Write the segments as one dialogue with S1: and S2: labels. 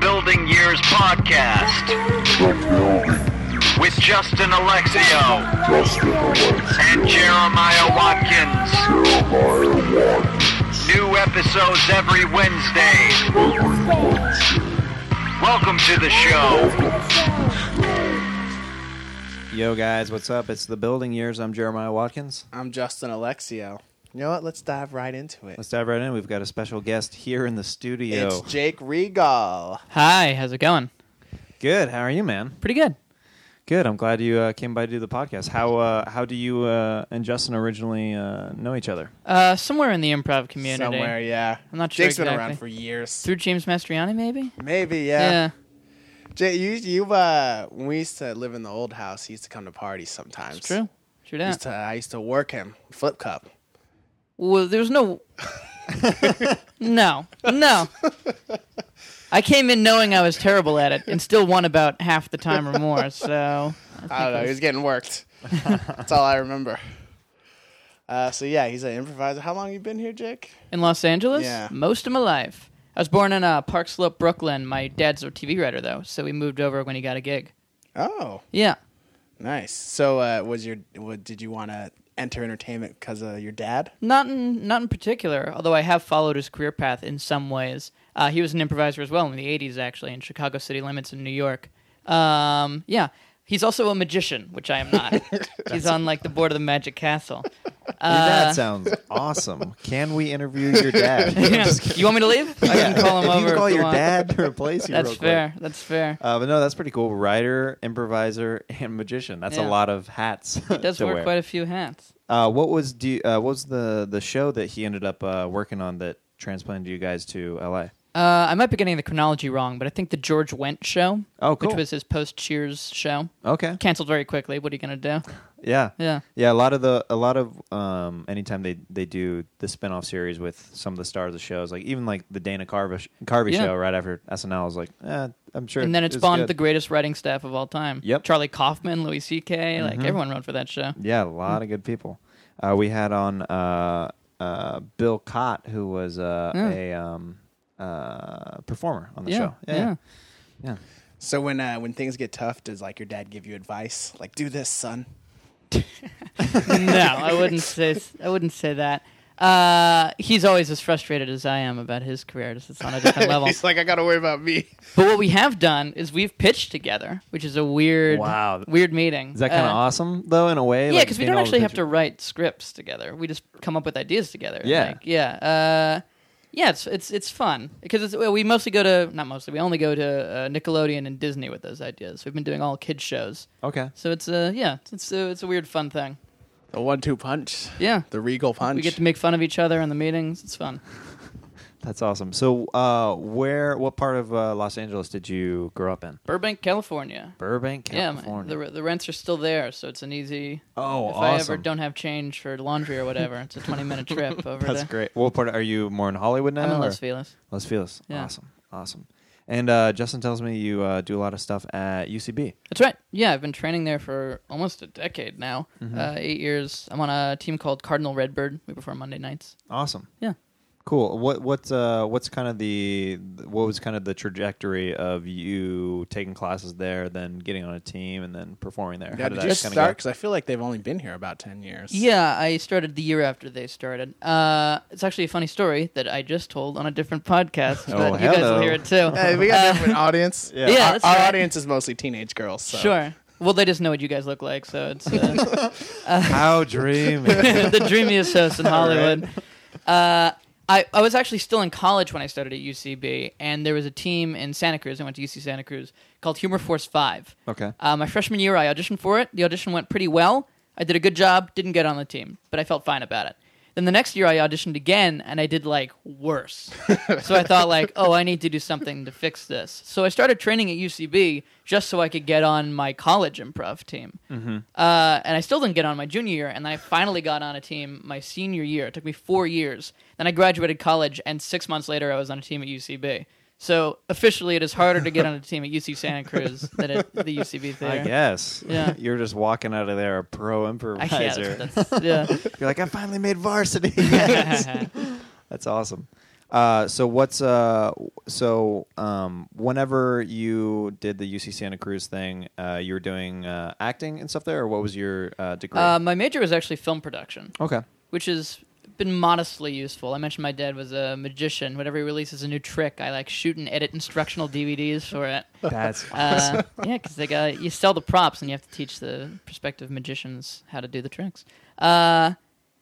S1: Building Years podcast
S2: The building
S1: with Justin Alexio
S2: Justin Alexio
S1: and Jeremiah Watkins.
S2: Jeremiah
S1: New episodes every Wednesday. Welcome to the show.
S3: Yo, guys, what's up? It's the building years. I'm Jeremiah Watkins.
S4: I'm Justin Alexio. You know what? Let's dive right into it.
S3: Let's dive right in. We've got a special guest here in the studio.
S4: It's Jake Regal.
S5: Hi, how's it going?
S3: good. How are you, man?
S5: Pretty good.
S3: Good. I'm glad you uh, came by to do the podcast. How uh, how do you uh, and Justin originally uh, know each other?
S5: Uh, somewhere in the improv community.
S4: Somewhere, yeah.
S5: I'm not sure
S4: Jake's been
S5: exactly.
S4: around for years.
S5: Through James Mastriani, maybe?
S4: Maybe, yeah. Jake, you, you, uh, when we used to live in the old house, he used to come to parties sometimes.
S5: it's true. Sure
S4: Used
S5: that.
S4: to, I used to work him, flip cup.
S5: Well, there's no. no. No. I came in knowing I was terrible at it and still won about half the time or more, so.
S4: I don't know. He was getting worked. That's all I remember. Uh, so yeah, he's an improviser. How long you been here, Jake?
S5: In Los Angeles?
S4: Yeah.
S5: Most of my life. I was born in uh, Park Slope, Brooklyn. My dad's a TV writer, though, so we moved over when he got a gig.
S4: Oh,
S5: Yeah.
S4: nice. So uh, was your? What, did you want to enter entertainment because of your dad?
S5: Not in not in particular, although I have followed his career path in some ways. Uh, he was an improviser as well in the '80s, actually, in Chicago city limits in New York. Um, yeah, he's also a magician, which I am not. he's on like the board of the Magic Castle. Uh,
S3: that sounds awesome. Can we interview your dad?
S5: Yeah. You want me to leave? I can call him
S3: if
S5: over.
S3: you could call
S5: if you
S3: your
S5: want.
S3: dad to replace you.
S5: That's
S3: real quick.
S5: fair. That's fair.
S3: Uh, but no, that's pretty cool. Writer, improviser, and magician. That's a
S5: Yeah.
S3: lot of hats.
S5: He does
S3: to
S5: wear
S3: wear.
S5: quite a few hats.
S3: Uh, what was do you- uh, what was the the show that he ended up uh, working on that transplanted you guys to LA?
S5: Uh, I might be getting the chronology wrong, but I think the George Wendt show,
S3: Oh, cool. Oh,
S5: which was his post Cheers show,
S3: Okay.
S5: canceled very quickly. What are you gonna do?
S3: Yeah.
S5: Yeah.
S3: Yeah, a lot of the a lot of um anytime they they do the spin-off series with some of the stars of shows, like even like the Dana Carvey, sh- Carvey
S5: Yeah.
S3: show right after SNL was like, eh, I'm sure
S5: and then it
S3: was
S5: spawned
S3: good."
S5: the greatest writing staff of all time.
S3: Yep. Mm-hmm.
S5: Charlie Kaufman, Louis C.K., like everyone wrote for that show.
S3: Yeah, a lot of good people. Uh, we had on uh, uh, Bill Cott, who was uh, a um, uh, performer on the
S5: Yeah,
S3: show.
S5: yeah.
S3: yeah.
S4: So when uh, when things get tough, does like your dad give you advice? Like, do this, son.
S5: no, I wouldn't say I wouldn't say that. Uh, he's always as frustrated as I am about his career. Just it's on a different level.
S4: He's like, I gotta worry about me.
S5: But what we have done is we've pitched together, which is a weird,
S3: Wow.
S5: weird meeting.
S3: Is that kind of
S5: Uh,
S3: awesome though, in a way?
S5: Yeah,
S3: Like,
S5: because we
S3: being
S5: don't
S3: able
S5: actually have
S3: pitch
S5: to
S3: it?
S5: write scripts together. We just come up with ideas together.
S3: Yeah.
S5: Like, yeah, uh, yeah. It's it's it's fun because it's, well, we mostly go to not mostly we only go to uh, Nickelodeon and Disney with those ideas. We've been doing all kids shows,
S3: Okay.
S5: so it's uh, yeah, it's it's, uh, it's a weird fun thing.
S4: The one-two punch.
S5: Yeah,
S4: The regal punch.
S5: we get to make fun of each other in the meetings. It's fun.
S3: That's awesome. So, uh, where, what part of uh, Los Angeles did you grow up in?
S5: Burbank, California.
S3: Burbank,
S5: Yeah,
S3: California.
S5: man. The, the rents are still there, so it's an easy.
S3: Oh,
S5: if I
S3: awesome.
S5: ever don't have change for laundry or whatever, it's a twenty-minute trip over
S3: That's
S5: to.
S3: great. What part are you more in Hollywood now?
S5: I'm in
S3: or-
S5: Los Feliz.
S3: Los Feliz.
S5: Yeah.
S3: Awesome. Awesome. And uh, Justin tells me you uh, do a lot of stuff at UCB.
S5: That's right. Yeah, I've been training there for almost a decade now. Uh, eight years. I'm on a team called Cardinal Redbird. We perform Monday nights.
S3: Awesome.
S5: Yeah.
S3: Cool. What what's uh, what's kind of the what was kind of the trajectory of you taking classes there, then getting on a team, and then performing there?
S4: Yeah, did you
S3: that kinda
S4: start? Because I feel like they've only been here about ten years.
S5: Yeah, I started the year after they started. Uh, it's actually a funny story that I just told on a different podcast,
S3: Oh,
S5: but you guys
S3: hello.
S5: will hear it too.
S4: Hey, we got a different audience.
S3: Yeah.
S5: Yeah,
S4: Our-
S5: that's
S4: our,
S5: right.
S4: audience is mostly teenage girls. So.
S5: Sure. Well, they just know what you guys look like, so it's uh,
S3: go? How dreamy.
S5: the dreamiest host in Hollywood. Uh, I, I was actually still in college when I started at UCB, and there was a team in Santa Cruz. I went to UC Santa Cruz called Humor Force Five.
S3: Okay.
S5: Uh, my freshman year, I auditioned for it. The audition went pretty well. I did a good job, didn't get on the team, but I felt fine about it. Then the next year, I auditioned again, and I did like worse. so I thought, like, oh, I need to do something to fix this. So I started training at UCB just so I could get on my college improv team. Uh, and I still didn't get on my junior year, and then I finally got on a team my senior year. It took me four years. Then I graduated college, and six months later, I was on a team at UCB. So officially, it is harder to get on a team at UC Santa Cruz than at the UCB
S3: I
S5: theater.
S3: guess.
S5: Yeah.
S3: You're just walking out of there a pro
S5: I-
S3: improviser.
S5: yeah, that's, that's, yeah.
S3: You're like, I finally made varsity. Yes. that's awesome. Uh, so what's uh so um whenever you did the UC Santa Cruz thing, uh, you were doing uh, acting and stuff there, or what was your uh, degree?
S5: Uh, my major was actually film production,
S3: okay.
S5: which has been modestly useful. I mentioned my dad was a magician. Whenever he releases a new trick, I like shoot and edit instructional DVDs for it.
S3: That's
S5: Uh, yeah, because they got you sell the props and you have to teach the prospective magicians how to do the tricks. Uh,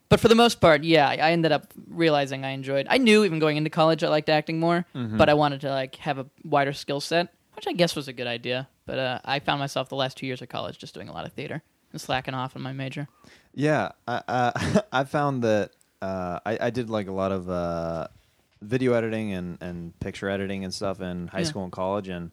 S5: but for the most part, yeah, I I ended up realizing I enjoyed. I knew even going into college I liked acting more, but I wanted to like have a wider skill set, which I guess was a good idea. But uh, I found myself the last two years of college just doing a lot of theater and slacking off on my major.
S3: Yeah, I uh, I found that uh, I, I did like a lot of uh, video editing and, and picture editing and stuff in high
S5: Yeah.
S3: school and college, and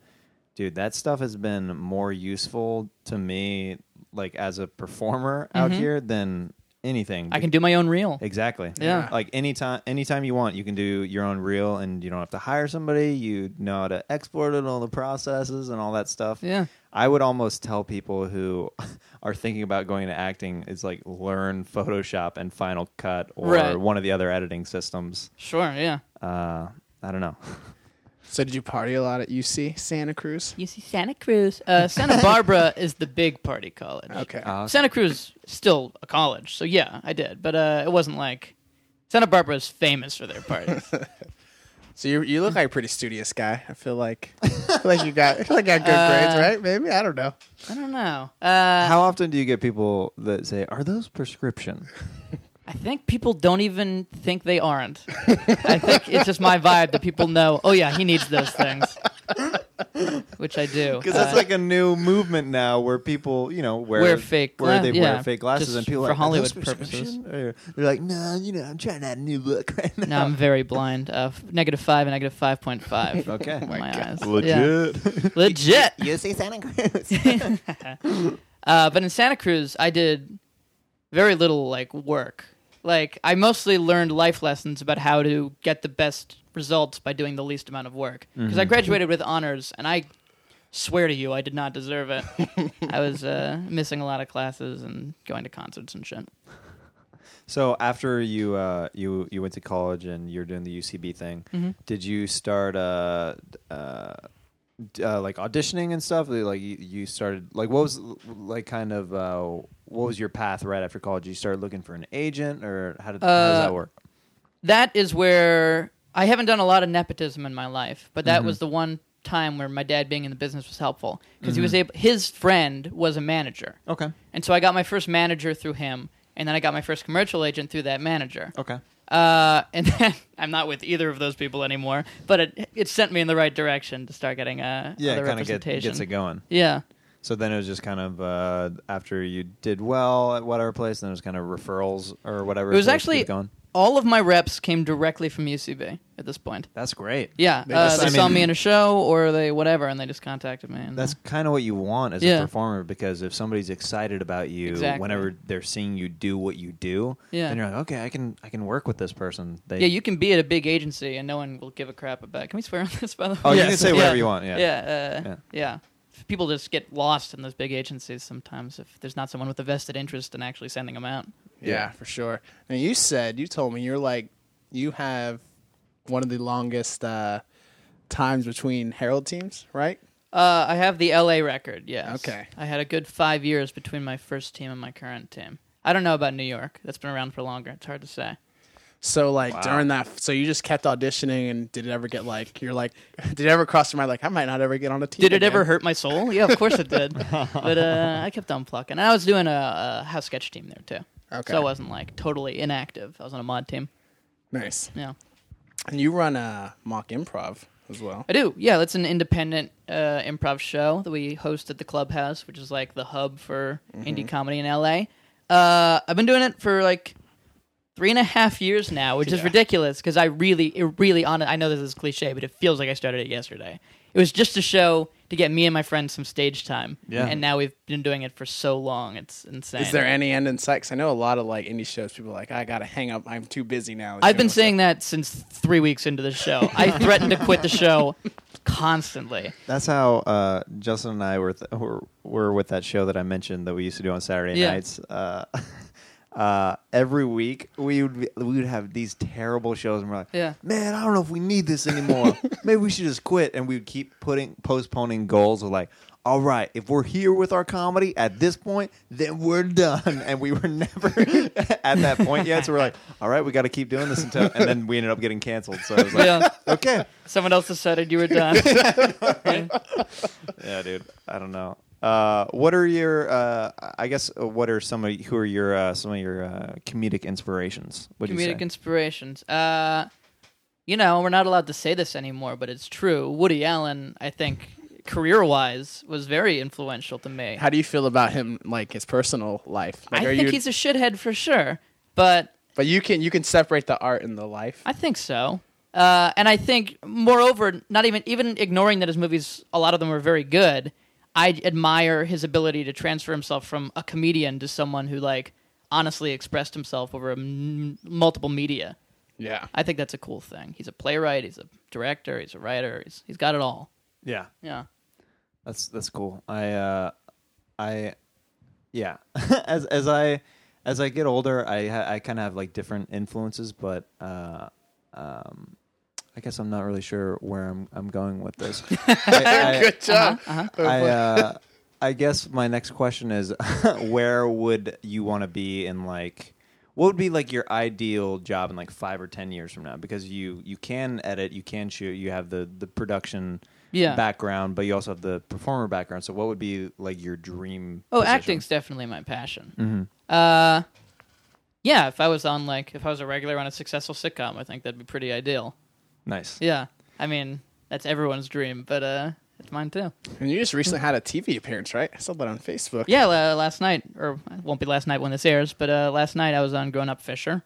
S3: dude, that stuff has been more useful to me, like as a performer out here than anything.
S5: Mm-hmm. I can do my own reel.
S3: exactly.
S5: Yeah.
S3: like anytime anytime you want, you can do your own reel, and you don't have to hire somebody. You know how to export it, and all the processes, and all that stuff.
S5: Yeah.
S3: I would almost tell people who are thinking about going to acting is like learn Photoshop and Final Cut or
S5: Right.
S3: one of the other editing systems.
S5: Sure, yeah.
S3: Uh, I don't know.
S4: So did you party a lot at UC Santa Cruz?
S5: You see Santa Cruz. Uh, Santa Barbara is the big party college.
S4: Okay.
S3: Uh,
S5: Santa Cruz is still a college, so yeah, I did. But uh, it wasn't like Santa Barbara is famous for their parties.
S4: so you you look like a pretty studious guy. I feel like I feel like you got I feel like you got good grades, right? Maybe I don't know.
S5: I don't know. Uh,
S3: How often do you get people that say, "Are those prescription?"
S5: I think people don't even think they aren't. I think it's just my vibe that people know. Oh yeah, he needs those things, which I do.
S3: Because that's
S5: Uh,
S3: like a new movement now, where people, you know, wear,
S5: Wear fake
S3: where
S5: gla-
S3: they
S5: yeah,
S3: wear fake glasses,
S5: just
S3: and people
S5: for
S3: are like, "Are those
S5: Hollywood purposes."
S3: prescription?" Or they're like, "No, you know, I'm trying out a new look right now."
S5: no, I'm very blind. Uh, f- negative five and negative five point five.
S3: Okay.
S5: in Oh my, eyes. Yeah.
S3: Legit.
S5: Legit.
S3: you see Santa Cruz.
S5: Uh, but in Santa Cruz, I did very little like work. Like I mostly learned life lessons about how to get the best results by doing the least amount of work. Because I graduated with honors, and I swear to you, I did not deserve it. I was uh, missing a lot of classes and going to concerts and shit.
S3: So after you uh, you you went to college and you're doing the UCB thing,
S5: Mm-hmm.
S3: did you start uh, uh, d- uh, like auditioning and stuff? Like you, you started like what was like kind of uh, what was your path right after college? You started looking for an agent, or how did how does
S5: Uh,
S3: that work?
S5: that is where I haven't done a lot of nepotism in my life, but
S3: Mm-hmm.
S5: that was the one time where my dad being in the business was helpful because
S3: Mm-hmm.
S5: he was able. His friend was a manager.
S3: Okay.
S5: and so I got my first manager through him, and then I got my first commercial agent through that manager.
S3: Okay.
S5: Uh, and then I'm not with either of those people anymore, but it it sent me in the right direction to start getting uh,
S3: Yeah,
S5: other
S3: it kind of get,
S5: representation.
S3: gets it going.
S5: Yeah,
S3: So then it was just kind of uh, after you did well at whatever place, then it was kind of referrals or whatever.
S5: it was
S3: to keep
S5: actually
S3: going.
S5: all of my reps came directly from UCB at this point.
S3: That's great.
S5: Yeah,
S4: They
S5: uh,
S4: just-
S5: they
S4: I
S5: saw
S3: mean-
S5: me in a show or they whatever, and they just contacted me. And,
S3: That's kind of what you want as a
S5: Mm-hmm. Yeah.
S3: performer because if somebody's excited about you,
S5: Exactly.
S3: whenever they're seeing you do what you do,
S5: Yeah.
S3: then you're like, okay, I can I can work with this person. They,
S5: Yeah, you can be at a big agency and no one will give a crap about. Can we swear on this by the way?
S3: Oh, you can
S5: Yes.
S3: say whatever you want, yeah.
S5: Yeah, uh,
S3: Yeah.
S5: yeah. People just get lost in those big agencies sometimes if there's not someone with a vested interest in actually sending them out.
S4: Yeah, for sure. Now you said you told me you're like you have one of the longest uh, times between Herald teams, right?
S5: Uh, I have the LA record. Yes.
S4: Okay.
S5: I had a good five years between my first team and my current team. I don't know about New York. That's been around for longer. It's hard to say.
S4: So like during that, so you just kept auditioning, and did it ever get like you're like, did it ever cross your mind like I might not ever get on a team?
S5: Did it ever
S4: again?
S5: hurt my soul? Yeah, of course it did. but uh, I kept on plucking. I was doing a, a house sketch team there too.
S4: Okay.
S5: So I wasn't like totally inactive. I was on a mod team.
S4: Nice.
S5: Yeah.
S4: And you run a mock improv as well.
S5: I do. Yeah, that's an independent uh, improv show that we host at the Clubhouse, which is like the hub for
S4: Mm-hmm.
S5: indie comedy in LA. Uh, I've been doing it for like three and a half years now, which is ridiculous because I really, it really, on I know this is cliche, but it feels like I started it yesterday. It was just a show to get me and my friends some stage time.
S3: Yeah.
S5: And now we've been doing it for so long. It's insane.
S4: Is there any end in sight? 'Cause I know a lot of like indie shows. People are like I gotta hang up. I'm too busy now.
S5: I've been saying that since three weeks into the show. I threatened to quit the show constantly.
S3: That's how uh, Justin and I were, th- were were with that show that I mentioned that we used to do on Saturday
S5: Yeah.
S3: nights. Uh, Uh, every week we would be, we would have these terrible shows, and we're like,
S5: Yeah.
S3: man, I don't know if we need this anymore. Maybe we should just quit." And we would keep putting postponing goals of like, "All right, if we're here with our comedy at this point, then we're done." And we were never at that point yet, so we're like, "All right, we got to keep doing this until." And then we ended up getting canceled. So I was like,
S5: Yeah.
S3: "Okay,
S5: Someone else decided you were done.
S3: Yeah, dude. I don't know. Uh, what are your? Uh, I guess uh, what are some of who are your uh, some of your uh, comedic inspirations? What do you say?
S5: Comedic inspirations. Uh, you know, we're not allowed to say this anymore, but it's true. Woody Allen, I think, career-wise, was very influential to me.
S4: How do you feel about him, like his personal life? Like,
S5: I
S4: are
S5: think
S4: you,
S5: he's a shithead for sure, but
S4: but you can you can separate the art and the life.
S5: I think so. Uh, and I think, moreover, not even even ignoring that his movies, a lot of them are very good. I admire his ability to transfer himself from a comedian to someone who, like, honestly expressed himself over m- multiple media.
S4: Yeah,
S5: I think that's a cool thing. He's a playwright. He's a director. He's a writer. He's he's got it all.
S3: yeah,
S5: Yeah.
S3: that's that's cool. I uh, I yeah. as as I as I get older, I ha- I kind of have like different influences, but uh, um, I guess I'm not really sure where I'm I'm going with this. I- I-
S4: good job.
S5: Uh-huh.
S3: I, uh, I guess my next question is where would you want to be in like what would be like your ideal job in like five or ten years from now because you you can edit you can shoot you have the the production
S5: Yeah.
S3: background but you also have the performer background so what would be like your dream
S5: Oh,
S3: position?
S5: acting's definitely my passion.
S3: Mm-hmm.
S5: Uh, yeah. If I was on like if I was a regular on a successful sitcom, I think that'd be pretty ideal.
S3: nice
S5: Yeah. I mean, that's everyone's dream, but uh, it's mine too.
S4: and you just recently had a TV appearance, right? I saw that on Facebook.
S5: Yeah. la last night, or it won't be last night when this airs, but uh, last night I was on Grown Up Fisher.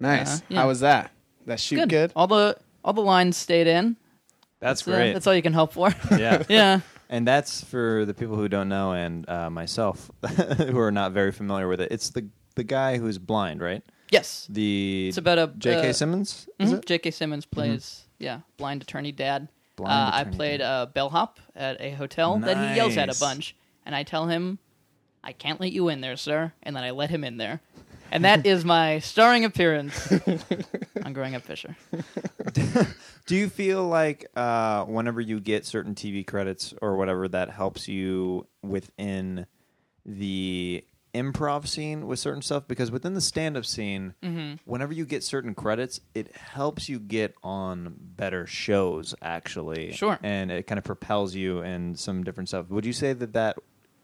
S4: nice.
S5: Uh, yeah.
S4: How was that? That shoot good?
S5: All the all the lines stayed in.
S3: that's
S5: So
S3: great
S5: that's all you can hope for.
S3: yeah
S5: yeah.
S3: And that's for the people who don't know, and uh, myself, who are not very familiar with it. It's the the guy who's blind, right?
S5: Yes.
S3: The
S5: It's about a-
S3: J.K.
S5: uh,
S3: Simmons. Is
S5: Mhm.
S3: it? Mm-hmm.
S5: J.K. Simmons plays, yeah, blind attorney dad.
S3: Blind
S5: uh, I
S3: attorney
S5: played a bellhop at a hotel that he yells at a
S3: Nice.
S5: bunch, and I tell him, "I can't let you in there, sir," and then I let him in there, and that is my starring appearance on Growing Up Fisher.
S3: Do you feel like uh, whenever you get certain TV credits or whatever, that helps you within the improv scene with certain stuff? Because within the stand up scene,
S5: Mm-hmm.
S3: whenever you get certain credits, it helps you get on better shows, actually.
S5: Sure.
S3: And it kind of propels you in some different stuff. Would you say that that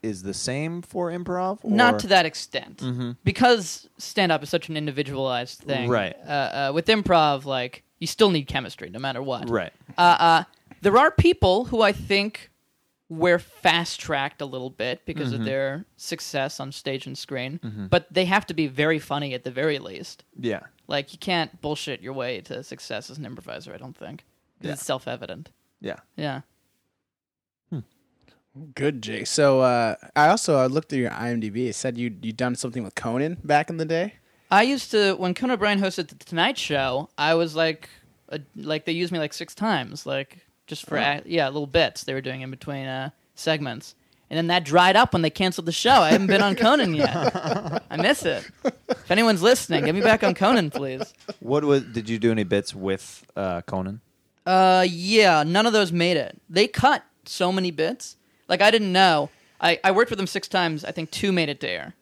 S3: is the same for improv?
S5: Not
S3: or-
S5: to that extent,
S3: Mm-hmm.
S5: because stand up is such an individualized thing.
S3: Right.
S5: Uh, uh, with improv, like you still need chemistry, no matter what.
S3: Right.
S5: there are people who I think were fast tracked a little bit because of their success on stage and screen, but they have to be very funny at the very least.
S3: Yeah.
S5: Like you can't bullshit your way to success as an improviser. I don't think 'Cause it's self evident.
S3: Yeah.
S5: Yeah,
S4: Good, Jake. So uh, I also I looked through your IMDb. It said you you done something with Conan back in the day.
S5: I used to when Conan O'Brien hosted the Tonight Show. I was like, a, like they used me like six times, like just for act, yeah little bits they were doing in between uh, segments. And then that dried up when they canceled the show. I haven't been on Conan yet. I miss it. If anyone's listening, get me back on Conan, please.
S3: What was? Did you do any bits with uh, Conan?
S5: Uh, yeah, none of those made it. They cut so many bits. Like I didn't know. I, I worked with them six times. I think two made it to air.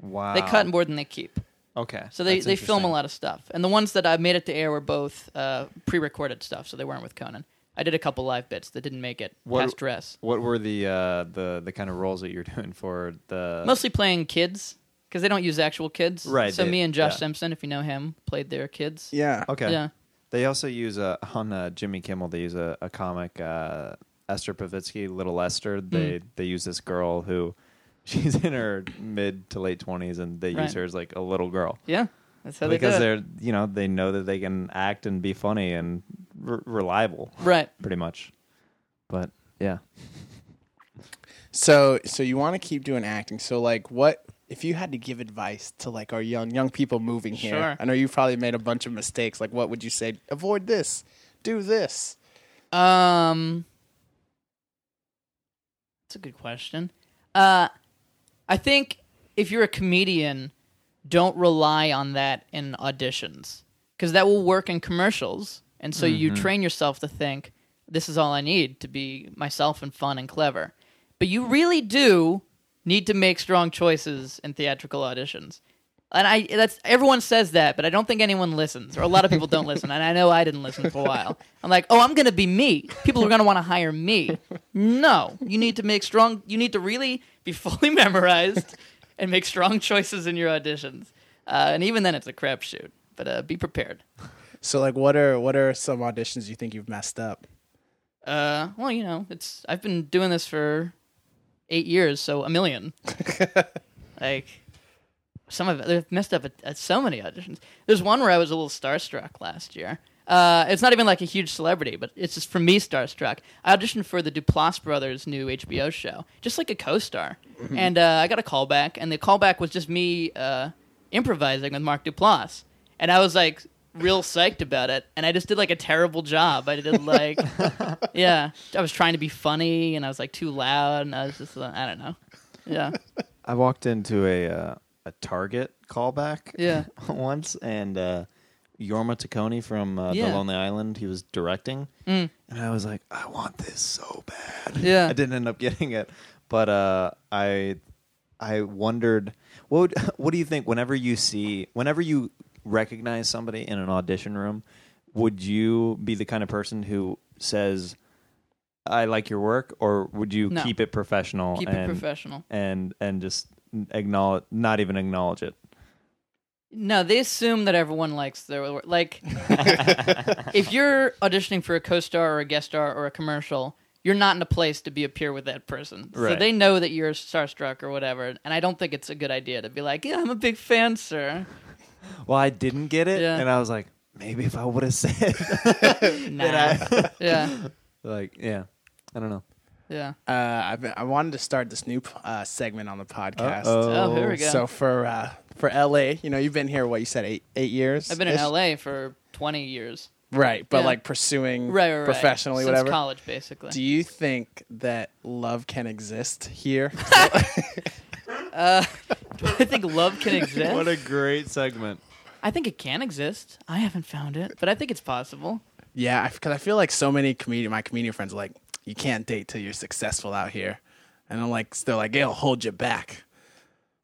S3: Wow.
S5: They cut more than they keep.
S3: Okay.
S5: So they,
S3: That's
S5: they film a
S3: interesting.
S5: lot of stuff. And the ones that I made it to air were both uh, pre recorded stuff, so they weren't with Conan. I did a couple live bits that didn't make it
S3: What-
S5: past dress.
S3: What were the uh, the the kind of roles that you're doing for the?
S5: Mostly playing kids, because they don't use actual kids.
S3: uh, Right,
S5: So
S3: they-
S5: me and Josh
S3: yeah.
S5: Simpson, if you know him, played their kids.
S4: Yeah.
S3: okay.
S5: yeah.
S3: They also use a on uh, Jimmy Kimmel. They use a, a comic uh, Esther Pavitsky, Little Esther.
S5: Mm.
S3: They they use this girl who she's in her mid to late twenties, and they
S5: Right.
S3: use her as like a little girl
S5: Yeah. That's how
S3: because
S5: they do it.
S3: they're you know they know that they can act and be funny and re- reliable,
S5: Right.
S3: pretty much. But yeah,
S4: So so you want to keep doing acting. So like what if you had to give advice to like our young young people moving here?
S5: Sure.
S4: I know you probably made a bunch of mistakes. Like what would you say? Avoid this. Do this.
S5: Um, that's a good question. Uh, I think if you're a comedian, don't rely on that in auditions because that will work in commercials. And so you train yourself to think, this is all I need to be myself and fun and clever. But you really do need to make strong choices in theatrical auditions. And I that's everyone says that, but I don't think anyone listens, or a lot of people don't listen. And I know I didn't listen for a while. I'm like, oh, I'm gonna be me. People are gonna want to hire me. No, you need to make strong. You need to really be fully memorized and make strong choices in your auditions. Uh, and even then, it's a crapshoot. But uh, be prepared.
S4: So like, what are what are some auditions you think you've messed up?
S5: Uh, well, you know, it's I've been doing this for eight years, so a million. like some of it, they've messed up at, at so many auditions. There's one where I was a little starstruck last year. Uh, it's not even like a huge celebrity, but it's just for me starstruck. I auditioned for the Duplass brothers' new HBO show, just like a co-star, and uh, I got a callback, and the callback was just me uh, improvising with Mark Duplass, and I was like real psyched about it, and I just did like a terrible job. I did like, yeah, I was trying to be funny, and I was like too loud, and I was just uh, I don't know, yeah,
S3: I walked into a uh, a Target callback
S5: Yeah.
S3: once, and uh, Yorma Taconi from uh, The
S5: Yeah. Mm.
S3: Lonely Island, he was directing, and I was like, I want this so bad.
S5: Yeah.
S3: I didn't end up getting it, but uh, I I wondered what would, what do you think whenever you see whenever you recognize somebody in an audition room, would you be the kind of person who says? I like your work, or would you
S5: No.
S3: keep it professional?
S5: keep it
S3: and-
S5: professional.
S3: and and just acknowledge not even acknowledge it
S5: No, they assume that everyone likes their work. Like, if you're auditioning for a co-star or a guest star or a commercial, you're not in a place to be a peer with that person. So
S3: Right.
S5: they know that you're starstruck or whatever. And I don't think it's a good idea to be like, "Yeah, I'm a big fan, sir."
S3: well i didn't get it
S5: Yeah.
S3: and i was like maybe if i would have said
S5: Nah. yeah,
S3: like yeah i don't know
S5: yeah.
S4: Uh, I've been, I wanted to start this new uh, segment on the podcast.
S5: Oh, here we go.
S4: So for uh, for LA, you know, you've been here. What you said, eight eight years.
S5: I've been in LA for 20 years.
S4: right? But
S5: Yeah.
S4: like pursuing
S5: Right, right, right.
S4: professionally,
S5: Since
S4: whatever.
S5: college, basically.
S4: Do you think that love can exist here?
S5: I think love can exist.
S3: what a great segment
S5: I think it can exist. I haven't found it, but I think it's possible.
S4: yeah, because I, feel like so many comedian, my comedian friends, are like you can't date till you're successful out here, and I'm like, still like it'll hold you back.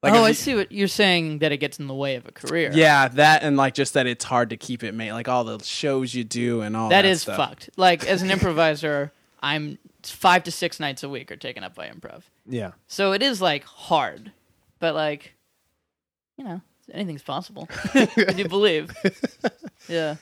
S4: Like,
S5: oh,
S4: if
S5: I
S4: you-
S5: see what you're saying that it gets in the way of a career.
S4: Yeah, that and like just that it's hard to keep it made. Like all the shows you do and all that.
S5: that is
S4: stuff.
S5: fucked. Like as an improviser, I'm five to six nights a week are taken up by improv,
S3: yeah
S5: so it is like hard, but like, you know, anything's possible. I do believe. Yeah.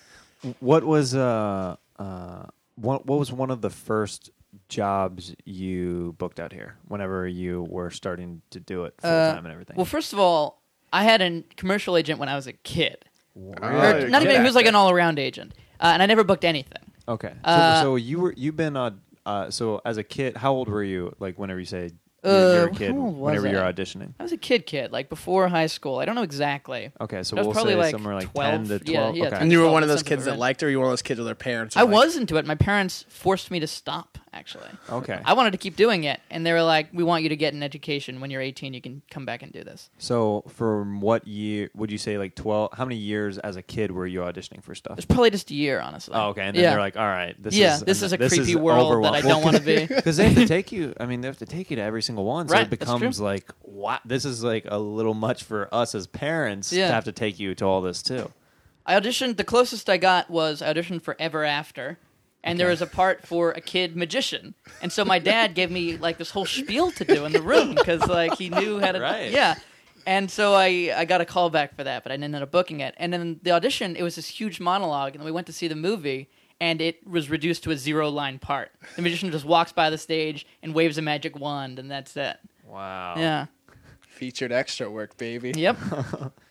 S3: what was uh uh what, what was one of the first jobs you booked out here whenever you were starting to do it full time and everything
S5: Uh, Well, first of all, I had a commercial agent when I was a kid.
S4: Oh,
S5: Or, not even. He was like an all-around agent, uh, and I never booked anything.
S3: okay so,
S5: uh,
S3: so you were you've been on uh, so as a kid how old were you like whenever you say
S5: Uh,
S3: you're a
S5: how
S3: kid
S5: old was
S3: whenever you're
S5: I?
S3: auditioning
S5: I was a kid, kid, like before high school. I don't know exactly.
S3: okay so
S5: I was
S3: we'll
S5: probably
S3: say
S5: like
S3: somewhere like
S5: 12.
S3: 10 to
S5: Yeah,
S3: 12
S5: yeah,
S3: okay
S4: And you were one of
S5: Well,
S4: those
S5: that's
S4: kids that
S5: right.
S4: liked her. You were one of those kids with their parents. who
S5: I
S4: liked
S5: was into it. My parents forced me to stop. Actually,
S3: Okay.
S5: I wanted to keep doing it, and they were like, "We want you to get an education. When you're 18, you can come back and do this."
S3: So, from what year would you say, like twelve? How many years as a kid were you auditioning for stuff?
S5: It's probably just a year, honestly.
S3: Oh, okay. And then
S5: yeah.
S3: they're like, "All right, this
S5: "Yeah,
S3: is
S5: this is a creepy world that I don't want to be."
S3: Because they have to take you. I mean, they have to take you to every single one. So
S5: Right,
S3: it
S5: that's true.
S3: becomes like, wow, this is like a little much for us as parents
S5: Yeah.
S3: to have to take you to all this too.
S5: I auditioned. The closest I got was I auditioned for Ever After, and there was a part for a kid magician, and so my dad gave me like this whole spiel to do in the room because like he knew how to,
S3: Right.
S5: yeah. And so I I got a call back for that, but I ended up booking it. And then the audition, it was this huge monologue, and we went to see the movie. And it was reduced to a zero line part. The magician just walks by the stage and waves a magic wand, and that's it.
S3: Wow.
S5: Yeah.
S4: featured extra work, baby.
S5: Yep.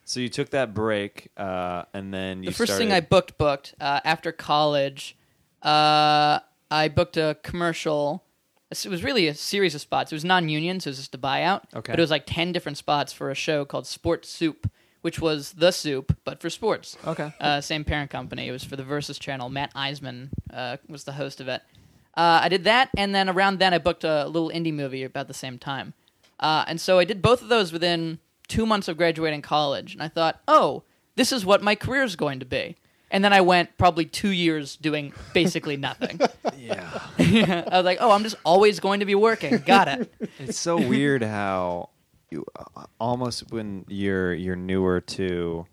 S3: So you took that break, uh, and then you
S5: the first
S3: started,
S5: thing I booked booked uh, after college, uh, I booked a commercial. It was really a series of spots. It was non-union, so it was just a buyout.
S3: Okay.
S5: but it was like ten different spots for a show called Sports Soup, which was the soup but for sports.
S3: Okay.
S5: uh, same parent company. It was for the Versus channel. Matt Eisman uh, was the host of it. Uh, I did that, and then around then I booked a little indie movie about the same time, uh, and so I did both of those within two months of graduating college, and I thought, oh, this is what my career is going to be. And then I went probably two years doing basically nothing.
S3: Yeah.
S5: I was like, oh, I'm just always going to be working. Got it.
S3: It's so weird how you uh, almost when you're you're newer to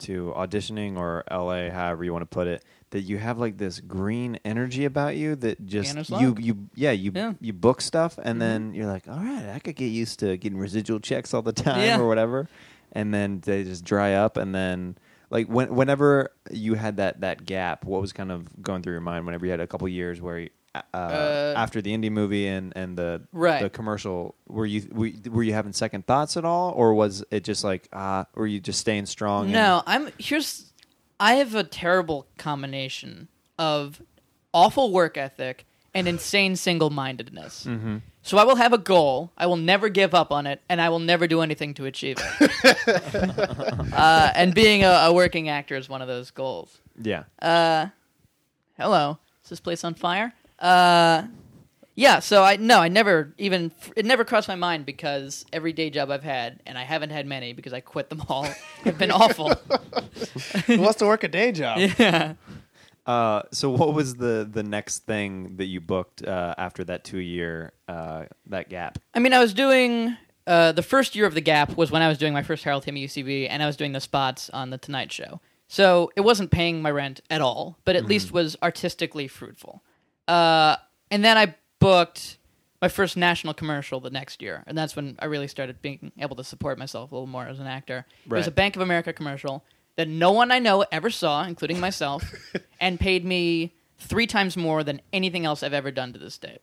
S3: to auditioning or LA, however you want to put it, that you have like this green energy about you that just
S5: Scanner's
S3: you
S5: luck.
S3: you yeah you
S5: Yeah. Mm-hmm.
S3: you book stuff and then you're like, all right, I could get used to getting residual checks all the time
S5: Yeah.
S3: or whatever, and then they just dry up and then. Like when, whenever you had that, that gap, what was kind of going through your mind? Whenever you had a couple years where, you, uh, after the indie movie and, and the
S5: Right.
S3: the commercial were you were, you- were you having second thoughts at all or was it just like uh were you just staying strong
S5: No, I'm here's I have a terrible combination of awful work ethic and insane single-mindedness. Mm-hmm. So I will have a goal, I will never give up on it, and I will never do anything to achieve it. uh, and being a, a working actor is one of those goals.
S3: and, yeah
S5: Uh, Hello, is this place on fire? Uh, yeah. So I no, I never even it never crossed my mind because every day job I've had, and I haven't had many because I quit them all, have been awful.
S4: Who wants to work a day job?
S5: yeah.
S3: uh so what was the the next thing that you booked uh after that two year uh that gap
S5: I mean, I was doing uh, the first year of the Gap was when I was doing my first Harold Him UCB, and I was doing the spots on the Tonight Show. So it wasn't paying my rent at all, but at least was artistically fruitful. Uh, and then I booked my first national commercial the next year, and that's when I really started being able to support myself a little more as an actor. It was
S3: Right.
S5: a Bank of America commercial that no one I know ever saw, including myself, and paid me three times more than anything else I've ever done to this date.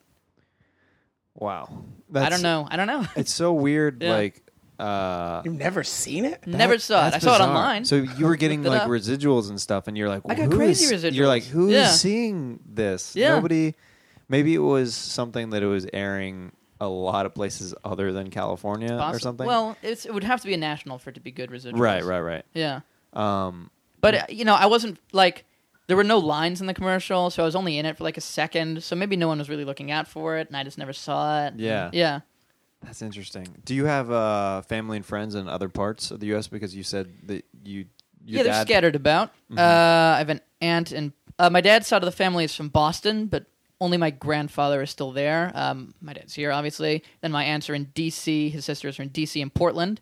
S3: wow
S5: I don't know. I don't know.
S3: it's so weird
S5: Yeah.
S3: like uh
S4: You've never seen it?
S5: Never
S3: that-
S5: saw it. I
S3: that's
S5: saw it
S3: bizarre.
S5: online.
S3: So you were getting
S5: it
S3: like
S5: up.
S3: residuals and stuff, and you're like,
S5: I got
S3: "Who
S5: crazy
S3: is-"
S5: residuals.
S3: You're like, who is
S5: Yeah.
S3: seeing this?
S5: Yeah.
S3: Nobody. Maybe it was something that it was airing a lot of places other than California or
S5: Possi-
S3: something.
S5: Well, it's, it would have to be a national for it to be good residuals.
S3: right, right, right.
S5: Yeah.
S3: Um,
S5: But, uh, you know, I wasn't like, there were no lines in the commercial, so I was only in it for like a second. So maybe no one was really looking out for it, and I just never saw it.
S3: Yeah.
S5: Yeah.
S3: that's interesting. Do you have uh, family and friends in other parts of the U.S. because you said that you your
S5: yeah, they're
S3: dad Mm-hmm.
S5: scattered about. Uh, I have an aunt and uh, my dad's side of the family is from Boston, but only my grandfather is still there. Um, my dad's here, obviously. Then my aunts are in D.C. His sisters are in D.C. and Portland,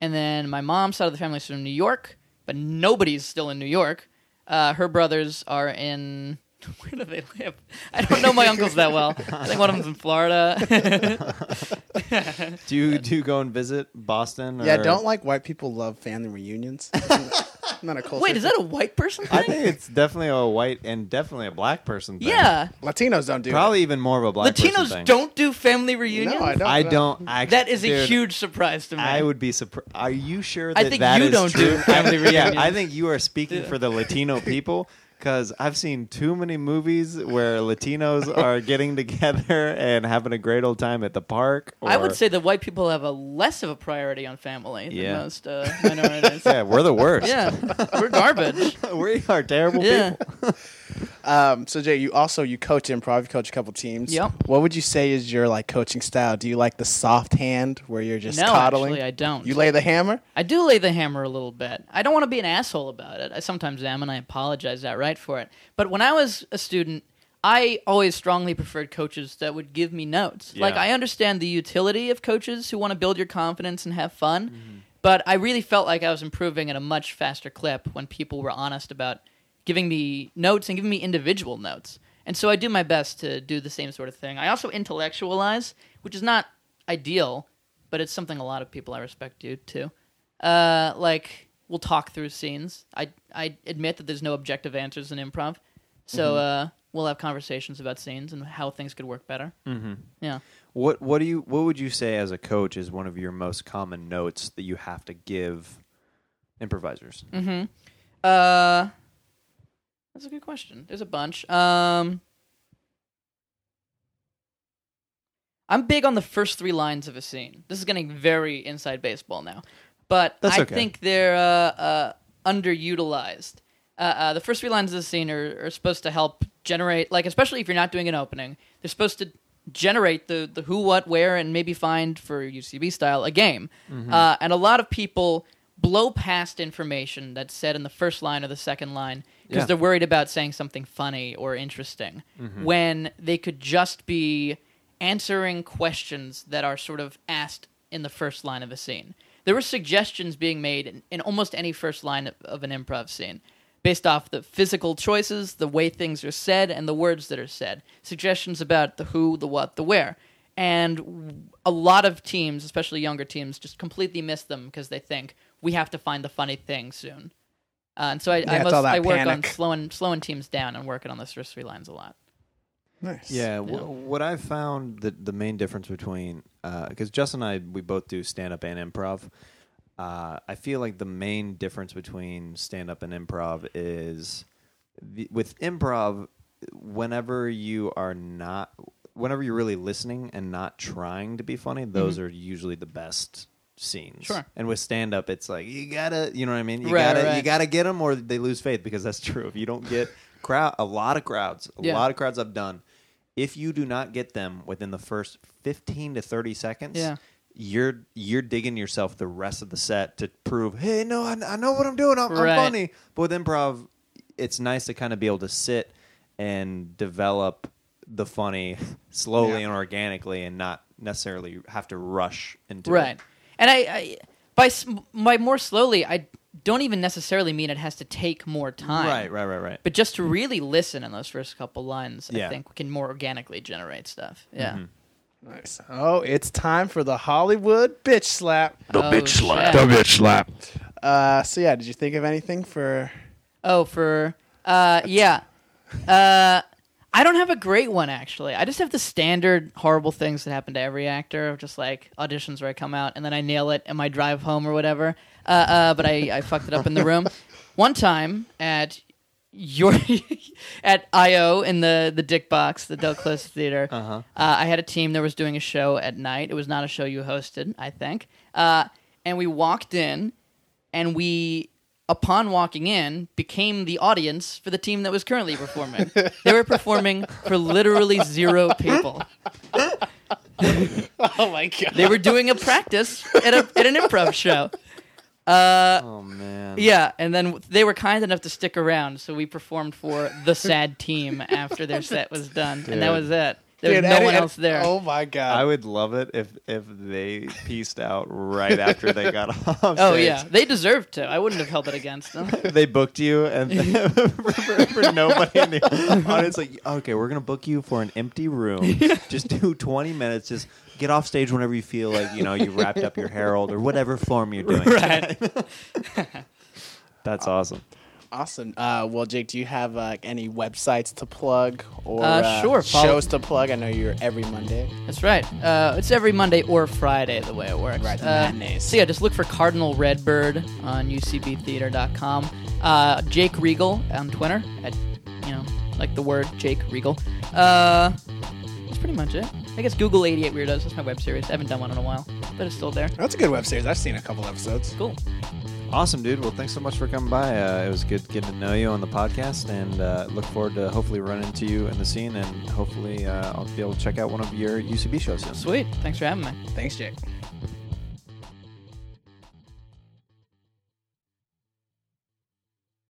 S5: and then my mom's side of the family is from New York, but nobody's still in New York. Uh, her brothers are in. Where do they live? I don't know my uncles that well. I think one of them's in Florida.
S3: Do you do you go and visit Boston? Or...
S4: Yeah, don't like white people love family reunions. Isn't that a culture?
S5: Wait, is that a white person
S3: I
S5: thing?
S3: think it's definitely a white and definitely a black person. Thing.
S5: Yeah,
S4: Latinos don't do
S3: probably even more of a black. person
S5: Latinos
S3: thing.
S5: don't do family
S4: It.
S5: reunions.
S4: No, I don't.
S3: I don't. I,
S5: That is a
S3: dude,
S5: huge surprise to me.
S3: I would be surprised. Are you sure
S5: I
S3: that
S5: think
S3: that
S5: you
S3: is
S5: don't do
S3: true?
S5: family
S3: I, yeah,
S5: reunions.
S3: I think you are speaking for the Latino people because I've seen too many movies where Latinos are getting together and having a great old time at the park. Or,
S5: I would say that white people have a less of a priority on family than
S3: Yeah.
S5: most uh, minorities.
S3: yeah, we're the worst.
S5: yeah, we're garbage.
S3: we are terrible
S5: Yeah.
S3: people.
S4: Um, so Jay, you also you coach improv. You coach a couple teams.
S5: Yep.
S4: What would you say is your like coaching style? Do you like the soft hand where you're just
S5: no,
S4: coddling?
S5: actually, I don't.
S4: You lay the hammer.
S5: I do lay the hammer a little bit. I don't want to be an asshole about it. I sometimes am, and I apologize outright for it. But when I was a student, I always strongly preferred coaches that would give me notes. Like,
S3: Yeah.
S5: I understand the utility of coaches who want to build your confidence and have fun, but I really felt like I was improving at a much faster clip when people were honest about giving me notes and giving me individual notes. And so I do my best to do the same sort of thing. I also intellectualize, which is not ideal, but it's something a lot of people I respect do too uh, like we'll talk through scenes. I I admit that there's no objective answers in improv, so
S3: Mm-hmm.
S5: uh, we'll have conversations about scenes and how things could work better. Mm-hmm. Yeah,
S3: What what do you what would you say as a coach is one of your most common notes that you have to give improvisers?
S5: uh, that's a good question. There's a bunch. Um, I'm big on the first three lines of a scene. This is getting very inside baseball now, but
S3: That's
S5: I
S3: okay.
S5: think they're uh, uh, underutilized. Uh, uh, the first three lines of the scene are, are supposed to help generate, like, especially if you're not doing an opening, they're supposed to generate the the who, what, where, and maybe find for UCB style a game. Uh, and a lot of people blow past information that's said in the first line or the second line because
S3: Yeah.
S5: they're worried about saying something funny or interesting when they could just be answering questions that are sort of asked in the first line of a scene. There were suggestions being made in, in almost any first line of, of an improv scene based off the physical choices, the way things are said, and the words that are said. Suggestions about the who, the what, the where. And w- a lot of teams, especially younger teams, just completely miss them because they think we have to find the funny thing soon. Uh, and so I,
S4: Yeah,
S5: I,
S4: it's
S5: most,
S4: all that
S5: I work on
S4: panic.
S5: slowing, slowing teams down and working on those first three lines a lot.
S4: Nice.
S3: Yeah, wh- what I've found that the main difference between because Justin and I we both do stand up and improv. Uh, I feel like the main difference between stand up and improv is the, with improv, whenever you are not, whenever you're really listening and not trying to be funny, those are usually the best scenes.
S5: Mm-hmm. Sure.
S3: And with stand up, it's like you gotta, you know what I mean? You
S5: Right,
S3: gotta,
S5: right.
S3: you gotta get them, or they lose faith because that's true. If you don't get crowd, a lot of crowds, a
S5: Yeah.
S3: lot of crowds I've done, if you do not get them within the first 15 to 30 seconds,
S5: Yeah.
S3: you're you're digging yourself the rest of the set to prove, hey, no, I, I know what I'm doing. I'm,
S5: Right.
S3: I'm funny. But with improv, it's nice to kind of be able to sit and develop the funny slowly
S4: Yeah.
S3: and organically and not necessarily have to rush into
S5: right.
S3: it.
S5: And I, I by s- by more slowly, I don't even necessarily mean it has to take more time.
S3: Right, right, right, right.
S5: But just to really listen in those first couple lines, I
S3: Yeah.
S5: think can more organically generate stuff. Yeah.
S4: Mm-hmm. Nice. Oh, it's time for the Hollywood bitch slap.
S5: The bitch slap.
S4: Uh, so yeah, did you think of anything for?
S5: Oh, for uh, yeah. Uh, I don't have a great one actually. I just have the standard horrible things that happen to every actor, of just like auditions where I come out and then I nail it in my drive home or whatever. Uh, uh, but I, I fucked it up in the room. One time at your at IO in the the Dick Box, the Del Close Theater. Uh-huh. I had a team that was doing a show at night. It was not a show you hosted, I think. Uh, and we walked in, and we upon walking in became the audience for the team that was currently performing they were performing for literally zero people
S4: Oh my god.
S5: they were doing a practice at, a, at an improv show
S3: Oh man.
S5: yeah and then they were kind enough to stick around so we performed for the sad team after their set was done and that
S3: Dude.
S5: was it there was no one else there
S4: Oh my god.
S3: I would love it if if they pieced out right after they got off.
S5: oh
S3: stage.
S5: yeah they deserved to i wouldn't have held it against them
S3: they booked you and for, for- for nobody in the audience like okay we're gonna book you for an empty room just do 20 minutes just get off stage whenever you feel like you know you wrapped up your herald or whatever form you're doing
S5: right
S3: that's awesome
S4: awesome. Uh, well, Jake, do you have uh, any websites to plug or
S5: Uh, sure, follow-
S4: shows to plug? I know you're every Monday.
S5: That's right. Uh, it's every Monday or Friday the way it works.
S4: Right, the
S5: Uh,
S4: matinees.
S5: so yeah, just look for Cardinal Redbird on ucbtheater.com. Uh, Jake Regal on Twitter at you know like the word Jake Regal. Uh, that's pretty much it. I guess Google 88 Weirdos. That's my web series. I haven't done one in a while, but it's still there.
S4: That's a good web series. I've seen a couple episodes.
S5: Cool.
S3: awesome dude well thanks so much for coming by uh, it was good getting to know you on the podcast and uh, look forward to hopefully running into you in the scene and hopefully uh, i'll be able to check out one of your ucb shows soon
S5: Sweet. Thanks for having me.
S4: Thanks, Jake.